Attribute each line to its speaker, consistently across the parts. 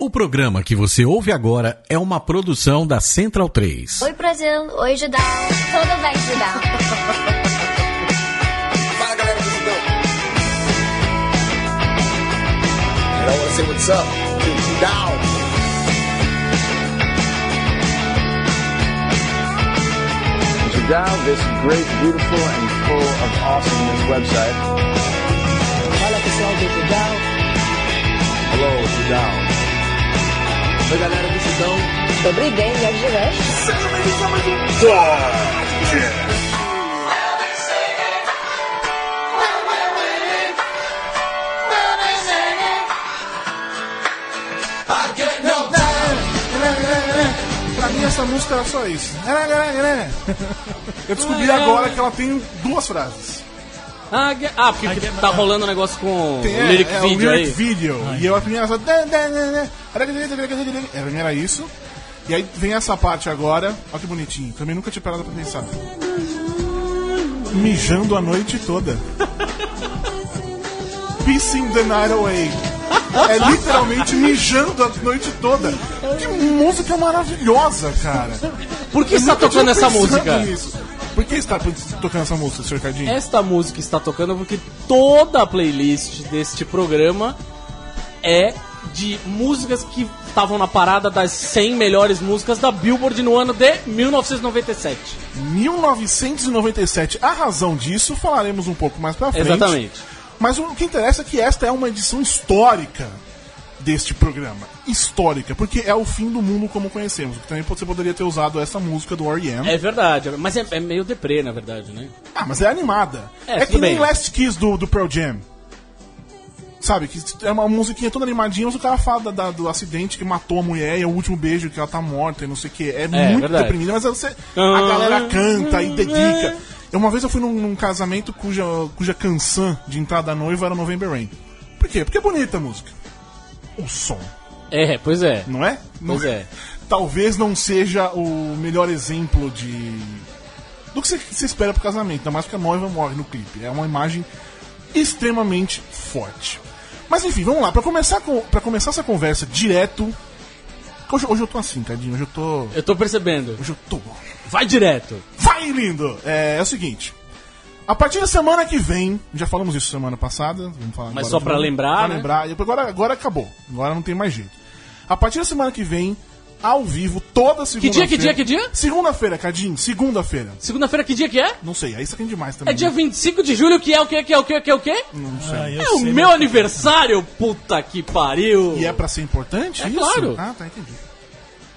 Speaker 1: O programa que você ouve agora é uma produção da Central 3.
Speaker 2: Oi Brasil, oi Judão, tudo bem Judão?
Speaker 3: Fala galera do Mundão. And I wanna say what's up to Down. this great, beautiful, and full of awesomeness website. Fala pessoal do Down. Hello, Down. Oi galera do Down.
Speaker 4: Добрый день, як живеш?
Speaker 5: Pra mim essa música era só isso. Eu descobri agora que ela tem duas frases.
Speaker 6: Ah, ge- ah, porque que tá rolando um negócio com
Speaker 5: é Tem,
Speaker 6: o lyric
Speaker 5: é, o
Speaker 6: video
Speaker 5: lyric
Speaker 6: aí.
Speaker 5: video. E eu a primeira só. É, a primeira era isso. E aí vem essa parte agora. Olha que bonitinho. Também nunca tinha parado pra pensar. Mijando a noite toda. Pissing the night away. É literalmente mijando a noite toda. Que música maravilhosa, cara.
Speaker 6: Por que está
Speaker 5: Nunca
Speaker 6: tocando
Speaker 5: tinha
Speaker 6: essa
Speaker 5: pensado
Speaker 6: música? É.
Speaker 5: nisso. Por que está tocando essa música, senhor Cardinho?
Speaker 6: Esta música está tocando porque toda a playlist deste programa é de músicas que estavam na parada das 100 melhores músicas da Billboard no ano de 1997.
Speaker 5: 1997. A razão disso falaremos um pouco mais pra frente.
Speaker 6: Exatamente.
Speaker 5: Mas o que interessa é que esta é uma edição histórica deste programa. Histórica, porque é o fim do mundo como conhecemos. Também você poderia ter usado essa música do R.E.M.
Speaker 6: É verdade, mas é, é meio deprê, na verdade, né?
Speaker 5: Ah, mas é animada.
Speaker 6: É,
Speaker 5: É,
Speaker 6: tudo
Speaker 5: que nem
Speaker 6: bem.
Speaker 5: Last Kiss do, do Pearl Jam. Sabe, que é uma musiquinha toda animadinha, mas o cara fala da- da- do acidente que matou a mulher e é o último beijo que ela tá morta e não sei o que. É, muito
Speaker 6: verdade.
Speaker 5: deprimido, mas você, a galera canta e dedica. Uma vez eu fui num, num casamento cuja, cuja canção de entrada da noiva era November Rain. Por quê? Porque é bonita a música. O som,
Speaker 6: É, pois é.
Speaker 5: não é? Não-
Speaker 6: Pois é.
Speaker 5: Talvez não seja o melhor exemplo de do que você, você espera pro casamento, ainda mais porque a noiva morre no clipe. É uma imagem extremamente forte. Mas enfim, vamos lá. Pra começar, com, pra começar essa conversa direto. Hoje, hoje eu tô assim, Cadinho. Hoje eu tô.
Speaker 6: Eu tô percebendo.
Speaker 5: Hoje eu tô.
Speaker 6: Vai direto.
Speaker 5: Vai, lindo! É, é o seguinte. A partir da semana que vem, já falamos isso semana passada, vamos falar
Speaker 6: Mas
Speaker 5: agora
Speaker 6: só
Speaker 5: de
Speaker 6: pra
Speaker 5: novo.
Speaker 6: lembrar,
Speaker 5: Pra
Speaker 6: né?
Speaker 5: lembrar. E Agora, agora acabou. Agora não tem mais jeito. A partir da semana que vem, ao vivo, toda
Speaker 6: Que
Speaker 5: segunda-feira.
Speaker 6: dia, que dia, que dia?
Speaker 5: Segunda-feira, Cadinho. Segunda-feira.
Speaker 6: Segunda-feira, que dia que é?
Speaker 5: Não sei, aí isso aqui é demais também.
Speaker 6: É dia 25 de julho, que é o quê, que é o quê, que é o quê?
Speaker 5: Não sei.
Speaker 6: É o meu aniversário, puta que pariu!
Speaker 5: E é pra ser importante?
Speaker 6: É claro.
Speaker 5: Ah, tá, entendi.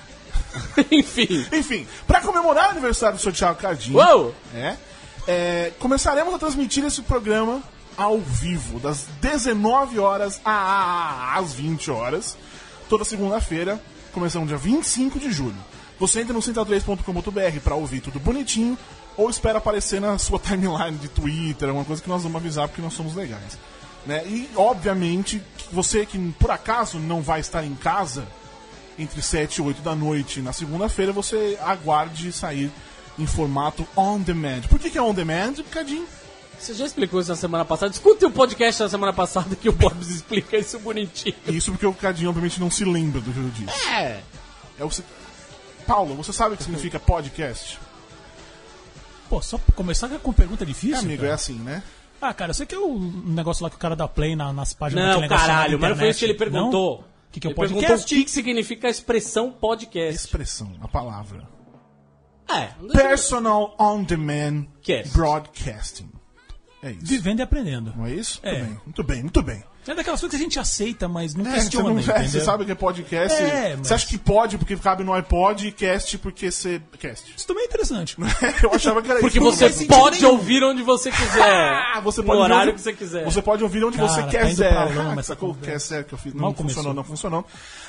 Speaker 6: Enfim.
Speaker 5: Enfim, pra comemorar o aniversário do seu Thiago Cardinho,
Speaker 6: Uou!
Speaker 5: é, é, começaremos a transmitir esse programa ao vivo, das 19 horas a- às 20 horas, toda segunda-feira, começando dia 25 de julho. Você entra no central3.com.br pra ouvir tudo bonitinho, ou espera aparecer na sua timeline de Twitter, alguma coisa que nós vamos avisar porque nós somos legais. Né? E, obviamente, você que por acaso não vai estar em casa, entre 7 e 8 da noite na segunda-feira, você aguarde sair em formato on demand. Por que, que é on demand, Cadinho?
Speaker 6: Você já explicou isso na semana passada? Escuta o podcast da semana passada que o Bobs explica isso bonitinho.
Speaker 5: Isso porque o Cadinho obviamente não se lembra do que eu disse.
Speaker 6: É.
Speaker 5: É o... se- Paulo, você sabe o que significa podcast?
Speaker 7: Pô, só pra começar com pergunta difícil.
Speaker 5: É, amigo, é
Speaker 7: cara.
Speaker 5: assim, né?
Speaker 7: Ah, cara, eu sei que é o negócio lá que o cara dá play na- nas páginas
Speaker 6: Não,
Speaker 7: daquele um negócio lá
Speaker 6: caralho,
Speaker 7: na
Speaker 6: mas não foi isso que ele
Speaker 7: internet.
Speaker 6: perguntou.
Speaker 7: Não? O que, que é o
Speaker 6: ele perguntou o
Speaker 7: podcast?
Speaker 6: que que significa a expressão podcast.
Speaker 5: Expressão, a palavra.
Speaker 6: É.
Speaker 5: Personal on demand
Speaker 6: Cast.
Speaker 5: broadcasting. É isso.
Speaker 7: Vivendo e aprendendo.
Speaker 5: Não é isso?
Speaker 7: É.
Speaker 5: Muito bem, muito bem, muito bem.
Speaker 7: É daquelas coisas que a gente aceita, mas não
Speaker 5: É, você,
Speaker 7: questiona,
Speaker 5: não, é,
Speaker 7: entendeu?
Speaker 5: você sabe o que é podcast?
Speaker 7: É, mas-
Speaker 5: Você acha que pode porque cabe no iPod e cast porque você. cast.
Speaker 7: Isso também é interessante.
Speaker 5: Eu achava que era
Speaker 6: Porque
Speaker 5: isso.
Speaker 6: você
Speaker 5: Não faz
Speaker 6: pode
Speaker 5: sentido
Speaker 6: ouvir onde você quiser.
Speaker 5: Ah, você
Speaker 6: no
Speaker 5: pode
Speaker 6: horário
Speaker 5: ouvir-
Speaker 6: que você quiser.
Speaker 5: Você pode ouvir onde
Speaker 7: É. Cara,
Speaker 5: você
Speaker 7: tá
Speaker 5: quiser.
Speaker 7: indo pra lama
Speaker 5: Ah,
Speaker 7: essa
Speaker 5: sacou?
Speaker 7: conversa.
Speaker 5: Que é sério que eu fiz. Não
Speaker 7: Mal
Speaker 5: funcionou,
Speaker 7: começou.
Speaker 5: não funcionou.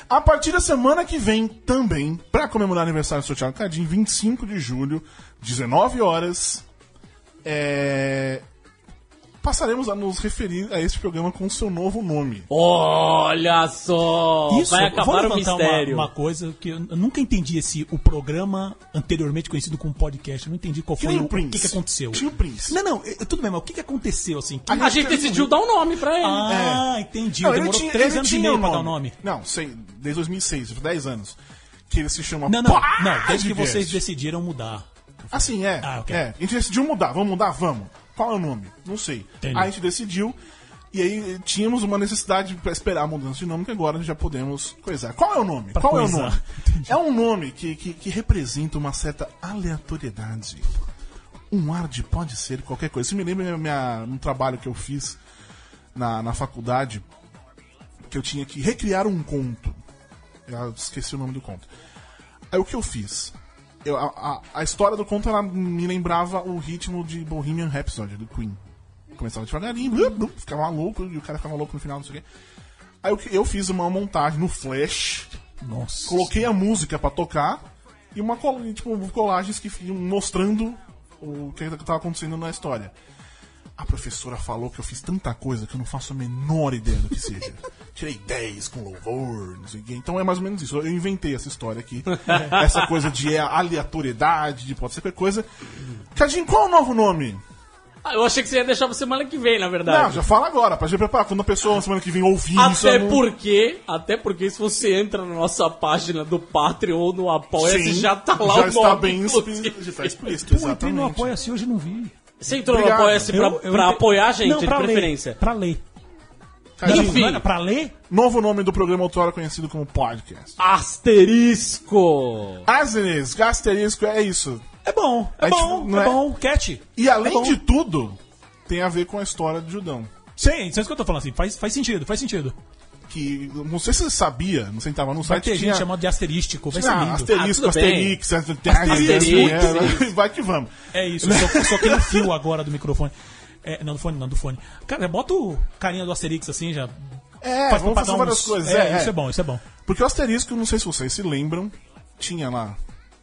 Speaker 5: A partir da semana que vem, também, pra comemorar o aniversário do seu Thiago Cadinho, 25 de julho, 19 horas. É. passaremos a nos referir a este programa com o seu novo nome.
Speaker 6: Olha só! vai
Speaker 7: vou
Speaker 6: acabar o
Speaker 7: levantar uma-
Speaker 6: mistério.
Speaker 7: Uma, coisa que eu nunca entendi esse o programa anteriormente conhecido como podcast. Eu não entendi qual
Speaker 5: Que
Speaker 7: foi
Speaker 5: nem
Speaker 7: o,
Speaker 5: o
Speaker 7: o
Speaker 5: Prince.
Speaker 7: que, que aconteceu.
Speaker 5: Tinha o Prince. Ah,
Speaker 7: Não, não, eh, tudo bem, mas o que, que aconteceu assim? Que-
Speaker 6: A gente decidiu dar um nome pra ele.
Speaker 7: Ah, entendi.
Speaker 5: é. Não, ele
Speaker 7: Demorou
Speaker 5: tinha-
Speaker 7: três
Speaker 5: ele
Speaker 7: anos e
Speaker 5: tinha um
Speaker 7: meio pra dar o nome.
Speaker 5: Não, sei, desde 2006, 10 anos. Que ele se chama
Speaker 7: Não, não, não,
Speaker 5: Podcast.
Speaker 7: desde que vocês decidiram mudar.
Speaker 5: Assim, é.
Speaker 7: Ah, ok.
Speaker 5: é. A gente decidiu mudar. Vamos mudar? Vamos. Qual é o nome? Não sei.
Speaker 7: Entendi.
Speaker 5: Aí a gente decidiu. E aí eh, tínhamos uma necessidade pra esperar a mudança de nome, que agora já podemos coisar. Qual é o nome?
Speaker 7: Pra
Speaker 5: Qual é o
Speaker 7: coisar.
Speaker 5: nome? É um nome que, que, que representa uma certa aleatoriedade. Um ar de pode ser qualquer coisa. Isso me lembra minha- minha, um trabalho que eu fiz na, na faculdade, que eu tinha que recriar um conto. Eu esqueci o nome do conto. Aí o que eu fiz? Eu, a, a- a história do conto ela me lembrava o ritmo de Bohemian Rhapsody, do Queen. Começava devagarinho, blu, blu, ficava louco, e o cara ficava louco no final, não sei o quê. Aí eu, eu fiz uma montagem no Flash,
Speaker 7: Nossa.
Speaker 5: coloquei a música pra tocar e uma col tipo, colagens que iam mostrando o que estava acontecendo na história. A professora falou que eu fiz tanta coisa que eu não faço a menor ideia do que seja. Tirei 10 com louvor, não sei o quê. Então é mais ou menos isso. Eu inventei essa história aqui. essa coisa de é, aleatoriedade, de pode ser qualquer coisa. Cadinho, qual é o novo nome?
Speaker 6: Ah, Eu achei que você ia deixar pra semana que vem, na
Speaker 5: Não,
Speaker 6: verdade.
Speaker 5: já fala agora, pra gente preparar. Quando a pessoa semana que vem ouvir isso.
Speaker 6: Até
Speaker 5: eu não-
Speaker 6: porque, até porque se você entra na nossa página do Patreon ou no Apoia-se,
Speaker 5: Sim,
Speaker 6: já tá lá
Speaker 5: já
Speaker 6: o
Speaker 5: está
Speaker 6: nome.
Speaker 5: bem
Speaker 6: inclusive.
Speaker 5: explícito, já está explícito,
Speaker 7: Pô, entrei
Speaker 5: exatamente.
Speaker 7: no Apoia-se hoje e não vi.
Speaker 6: Você entrou
Speaker 5: Obrigado.
Speaker 6: no Apoia-se pra,
Speaker 7: Eu- eu
Speaker 6: pra
Speaker 7: entrei-
Speaker 6: apoiar a gente,
Speaker 7: Não,
Speaker 6: de
Speaker 7: pra ler,
Speaker 6: preferência.
Speaker 7: Pra ler.
Speaker 5: Cadinho,
Speaker 6: Enfim.
Speaker 7: Mano, pra ler?
Speaker 5: né? Novo nome do programa Outrora conhecido como podcast.
Speaker 6: Asterisco!
Speaker 5: Asnes, asterisco, é isso.
Speaker 7: É bom, é,
Speaker 5: É
Speaker 7: bom,
Speaker 5: tipo, não
Speaker 7: é,
Speaker 5: é?
Speaker 7: bom, cat.
Speaker 5: E além
Speaker 7: É bom.
Speaker 5: de tudo, tem a ver com a história de Judão.
Speaker 7: Sim, isso é isso que eu tô falando assim. Faz, faz sentido, faz sentido.
Speaker 5: Que, não sei se você sabia, não sei se tava no
Speaker 7: Vai
Speaker 5: site,
Speaker 7: ter
Speaker 5: tinha...
Speaker 7: gente chamando de asterístico, vai ser
Speaker 5: Ah,
Speaker 7: lindo.
Speaker 5: asterisco,
Speaker 6: Ah, tudo bem.
Speaker 5: asterix, asterix,
Speaker 6: Asterix,
Speaker 5: asterix, né? vai que vamos.
Speaker 7: É isso, só, só tem um fio agora do microfone. É, não, do fone, não, do fone. Cara, bota o carinha do Asterix assim já.
Speaker 5: É,
Speaker 7: Faz
Speaker 5: vamos
Speaker 7: pra
Speaker 5: fazer
Speaker 7: dar
Speaker 5: várias
Speaker 7: uns-
Speaker 5: coisas.
Speaker 7: É,
Speaker 5: é,
Speaker 7: isso
Speaker 5: é.
Speaker 7: é bom, isso é bom.
Speaker 5: Porque o asterisco, não sei se vocês se lembram, tinha lá.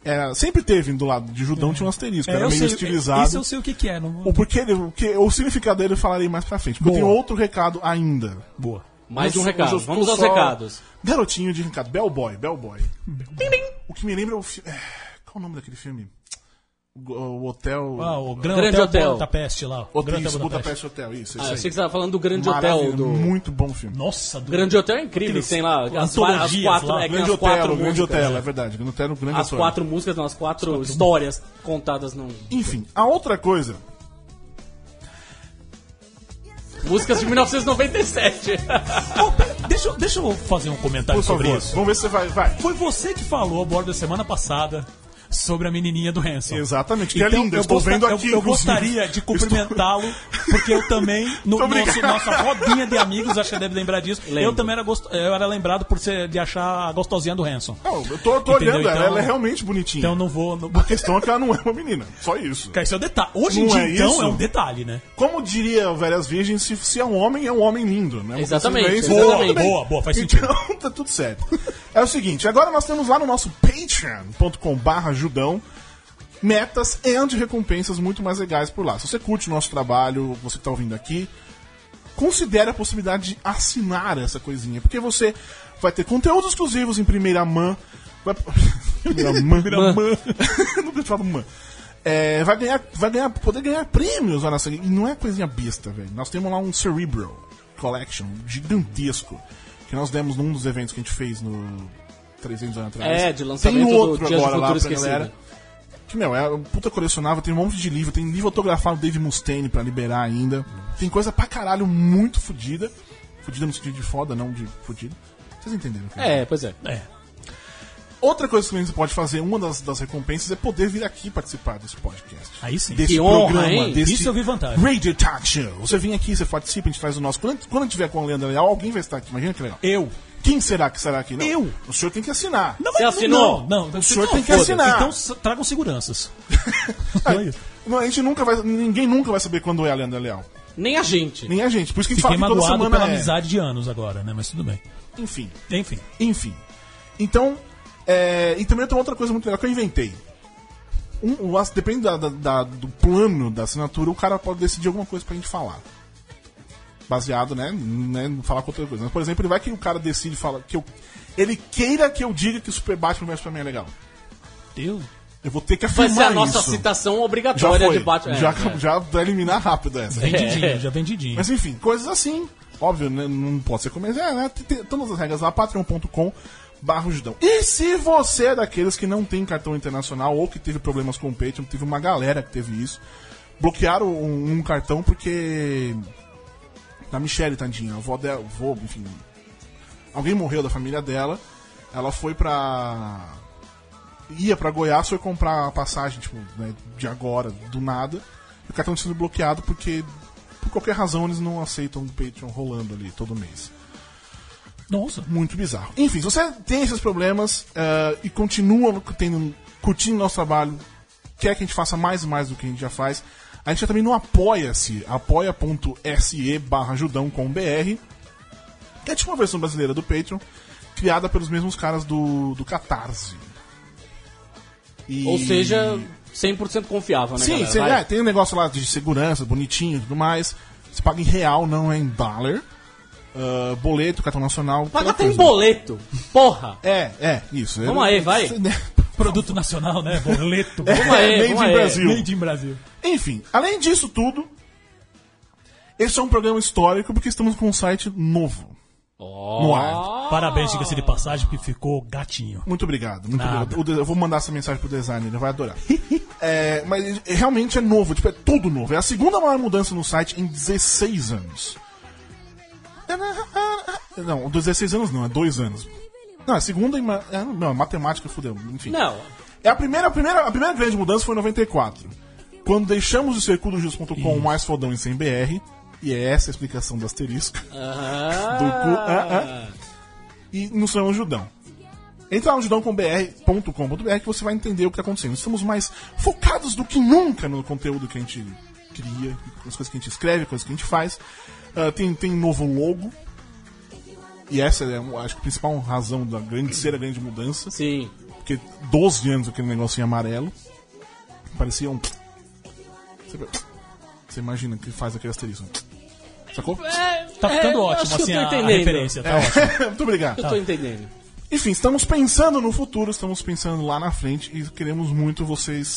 Speaker 5: era- sempre teve do lado de Judão, tinha um asterisco,
Speaker 7: É,
Speaker 5: era
Speaker 7: eu
Speaker 5: meio
Speaker 7: sei,
Speaker 5: estilizado.
Speaker 7: Isso eu sei o que, que é. Não...
Speaker 5: O porquê, dele- o, que, o significado dele eu falarei mais pra frente. Porque
Speaker 7: Boa.
Speaker 5: eu tenho outro recado ainda.
Speaker 7: Boa.
Speaker 6: Mais
Speaker 5: Mas
Speaker 6: um
Speaker 5: eu-
Speaker 6: recado.
Speaker 5: mas eu
Speaker 6: Vamos
Speaker 5: tô
Speaker 6: aos
Speaker 5: só-
Speaker 6: recados.
Speaker 5: Garotinho de recado. Bellboy, Bellboy. O que me lembra é o filme. Qual o nome daquele filme? O, o Hotel.
Speaker 7: Ah, o Gran
Speaker 6: Grande
Speaker 7: Hotel,
Speaker 6: Hotel.
Speaker 7: Budapeste lá. o
Speaker 5: o
Speaker 7: Gran
Speaker 5: Hotel
Speaker 7: Hotel Budapeste.
Speaker 5: Budapest Hotel, isso.
Speaker 6: Ah,
Speaker 5: isso
Speaker 6: eu
Speaker 5: aí.
Speaker 6: achei que você tava falando do Grande
Speaker 5: Maravilha,
Speaker 6: Hotel do.
Speaker 5: Muito bom filme.
Speaker 7: Nossa, do...
Speaker 6: Grande Hotel é incrível,
Speaker 7: Aqueles-
Speaker 6: tem lá as, várias- as
Speaker 7: antologias
Speaker 6: quatro,
Speaker 7: lá.
Speaker 6: é que tem as
Speaker 5: Grande
Speaker 6: quatro
Speaker 5: Hotel, Grande
Speaker 6: músicas,
Speaker 5: Hotel,
Speaker 6: né?
Speaker 5: é verdade. Grande Hotel, Grande
Speaker 6: As
Speaker 5: Hotel.
Speaker 6: quatro músicas, não, as quatro histórias contadas num.
Speaker 5: Enfim, a outra coisa.
Speaker 6: Músicas de 1997.
Speaker 7: Ô, pera, deixa, eu- deixa eu fazer um comentário
Speaker 5: Por favor,
Speaker 7: sobre isso.
Speaker 5: vamos ver se você vai. vai.
Speaker 7: Foi você que falou a bordo da semana passada sobre a menininha do Hanson. Então,
Speaker 5: Exatamente, que é linda,
Speaker 7: eu
Speaker 5: estou
Speaker 7: gosta-
Speaker 5: vendo
Speaker 7: eu-
Speaker 5: aqui,
Speaker 7: Eu,
Speaker 5: inclusive.
Speaker 7: gostaria de cumprimentá-lo, porque eu também, no
Speaker 5: Tô
Speaker 7: nosso,
Speaker 5: brincando.
Speaker 7: nossa rodinha de amigos, acho que deve lembrar disso.
Speaker 6: Lembro.
Speaker 7: Eu também era, gosto- eu era lembrado por ser, de achar a gostosinha do Hanson.
Speaker 5: Não, eu tô, eu tô
Speaker 7: Entendeu?
Speaker 5: olhando ela,
Speaker 7: Então-
Speaker 5: ela é realmente bonitinha.
Speaker 7: Então não vou. Não...
Speaker 5: A questão é que ela não é uma menina, só isso.
Speaker 7: Cara, isso é um detalhe. Hoje em
Speaker 5: Não
Speaker 7: dia,
Speaker 5: é
Speaker 7: então,
Speaker 5: isso?
Speaker 7: é um detalhe, né?
Speaker 5: Como diria Velhas Virgens, se, se é um homem, é um homem lindo, né? Uma
Speaker 6: Exatamente,
Speaker 5: coisa bem-
Speaker 6: exatamente.
Speaker 5: Tudo bem.
Speaker 7: Boa, boa, faz
Speaker 5: Então, tá tudo certo. É o seguinte, agora nós temos lá no nosso patreon.com barra judão metas e recompensas muito mais legais por lá. Se você curte o nosso trabalho, você que tá ouvindo aqui, considere a possibilidade de assinar essa coisinha, porque você vai ter conteúdos exclusivos em primeira mão. Vai... primeira mão.
Speaker 7: Primeira mão.
Speaker 5: Nunca falo mãe. É, vai ganhar, vai ganhar, poder ganhar prêmios lá nessa. E não é coisinha besta, velho. Nós temos lá um Cerebral Collection gigantesco que nós demos num dos eventos que a gente fez no 300 anos atrás.
Speaker 6: É, de lançamento
Speaker 5: Tem
Speaker 6: do
Speaker 5: outro
Speaker 6: Dias do
Speaker 5: agora lá
Speaker 6: Futuro
Speaker 5: pra
Speaker 6: Esquecido.
Speaker 5: galera. Que, meu, é um puta colecionável, tem um monte de livro, tem livro autografado do Dave Mustaine pra liberar ainda. Tem coisa pra caralho muito fodida. Fodida no sentido de foda, não de fodida. Vocês entenderam? cara?
Speaker 6: É, pois é.
Speaker 7: É.
Speaker 5: Outra coisa que você pode fazer, uma das, das recompensas, é poder vir aqui participar desse podcast.
Speaker 7: Aí sim.
Speaker 5: Desse
Speaker 6: Que honra,
Speaker 5: programa,
Speaker 6: hein?
Speaker 5: desse
Speaker 7: Isso eu vi vantagem.
Speaker 5: Radio Talk Show. Você vem aqui, você participa, a gente faz o nosso. Quando, quando tiver com o Leandro Leal, alguém vai estar aqui, imagina que legal.
Speaker 7: Eu.
Speaker 5: Quem será que será aqui? Não.
Speaker 7: Eu.
Speaker 5: O senhor tem que assinar.
Speaker 7: Não,
Speaker 6: Você
Speaker 7: mas-
Speaker 6: assinou?
Speaker 7: Não, não.
Speaker 5: O senhor
Speaker 7: não,
Speaker 5: tem que
Speaker 7: foda-se.
Speaker 5: assinar.
Speaker 7: Então s- tragam seguranças. Não é isso.
Speaker 5: Não, a gente nunca vai. Ninguém nunca vai saber quando é a Leandro Leal.
Speaker 6: Nem a gente.
Speaker 5: Nem a gente. Por isso que a gente
Speaker 7: Fiquei
Speaker 5: fala que toda
Speaker 7: magoado
Speaker 5: semana.
Speaker 7: pela
Speaker 5: é.
Speaker 7: amizade de anos agora, né? Mas tudo bem.
Speaker 5: Enfim.
Speaker 7: Enfim.
Speaker 5: Enfim. Então, é, e também tem uma outra coisa muito legal que eu inventei. Um, o, as- depende da- da- da- do plano da assinatura, o cara pode decidir alguma coisa pra gente falar. baseado, né? né não falar com outra coisa. Mas, por exemplo, ele vai que o cara decide fala que eu, ele queira que eu diga que Super Batman vs Superman é legal.
Speaker 7: Deus.
Speaker 5: Eu vou ter que
Speaker 6: Vai
Speaker 5: afirmar
Speaker 6: ser a nossa
Speaker 5: isso.
Speaker 6: citação
Speaker 5: já
Speaker 6: obrigatória
Speaker 5: foi.
Speaker 6: de Batman.
Speaker 5: já,
Speaker 6: É, é.
Speaker 5: já vai eliminar rápido essa.
Speaker 7: Vendidinho, já vendidinho.
Speaker 5: Mas enfim, coisas assim. Óbvio, né? não pode ser comercial, né? Tem- tem Todas as regras lá, patreon.com barra Judão. E se você é daqueles que não tem cartão internacional ou que teve problemas com o Patreon, teve uma galera que teve isso, bloquearam um, um cartão porque da Michelle, tadinha, a avó dela, avô, enfim, alguém morreu da família dela, ela foi pra... ia pra Goiás, foi comprar a passagem, tipo, né, de agora, do nada, e o cartão tinha sido bloqueado porque, por qualquer razão, eles não aceitam o Patreon rolando ali todo mês.
Speaker 7: Nossa.
Speaker 5: Muito bizarro. Enfim, se você tem esses problemas eh, e continua tendo, curtindo nosso trabalho, quer que a gente faça mais e mais do que a gente já faz, a gente já também não apoia-se, apoia.se barra judão com BR, que é tipo uma versão brasileira do Patreon, criada pelos mesmos caras do, do Catarse. E-
Speaker 6: Ou seja, 100% confiável, né?
Speaker 5: Sim,
Speaker 6: galera?
Speaker 5: você-
Speaker 6: Vai.
Speaker 5: é, tem um negócio lá de segurança, bonitinho e tudo mais. Você paga em real, não é em dólar. Ah, boleto, cartão nacional.
Speaker 6: Paga
Speaker 5: aquela
Speaker 6: até em
Speaker 5: coisa.
Speaker 6: boleto. Porra!
Speaker 5: É, é, isso.
Speaker 6: Vamos aí, vai.
Speaker 7: Produto nacional, né? Boleto.
Speaker 6: Vamos aí,
Speaker 5: né? É. Made
Speaker 6: vamos
Speaker 5: in
Speaker 6: aí.
Speaker 5: Brasil.
Speaker 7: Made in Brasil.
Speaker 5: Enfim, além disso tudo, esse é um programa histórico porque estamos com um site novo. No ar.
Speaker 7: Parabéns, diga-se de passagem, que ficou gatinho.
Speaker 5: Muito obrigado. Muito
Speaker 7: Nada.
Speaker 5: obrigado. O de- Eu vou mandar essa mensagem pro designer, ele vai adorar. É, mas é- realmente é novo, tipo, é tudo novo. É a segunda maior mudança no site em 16 anos. Não, 16 anos não, é 2 anos. Não, é a segunda em. ma- é, Não, é matemática fudeu. Enfim.
Speaker 6: Não.
Speaker 5: É a primeira, a primeira, a primeira grande mudança foi em 94. Quando deixamos o circuito do Jus.com mais fodão em 100 BR, e é essa a explicação do asterisco,
Speaker 6: Ah.
Speaker 5: do cu, ah, e nos chamamos Judão. Entra lá no judãocombr.com.br que você vai entender o que está acontecendo. Estamos mais focados do que nunca no conteúdo que a gente cria, nas coisas que a gente escreve, coisas que a gente faz. Ah, tem, tem novo logo. E essa é, acho que, a principal razão da grande ser a grande mudança.
Speaker 6: Sim.
Speaker 5: Porque 12 anos aquele negocinho amarelo. Parecia um. Você você imagina que faz aquele asterisco. Sacou?
Speaker 7: Tá ficando
Speaker 6: É, eu acho
Speaker 7: ótimo,
Speaker 6: que
Speaker 7: assim,
Speaker 6: eu tô
Speaker 7: a, a
Speaker 6: entendendo.
Speaker 7: referência. Tá ótimo.
Speaker 5: É Muito obrigado.
Speaker 6: Eu tô entendendo.
Speaker 5: Enfim, estamos pensando no futuro, estamos pensando lá na frente e queremos muito vocês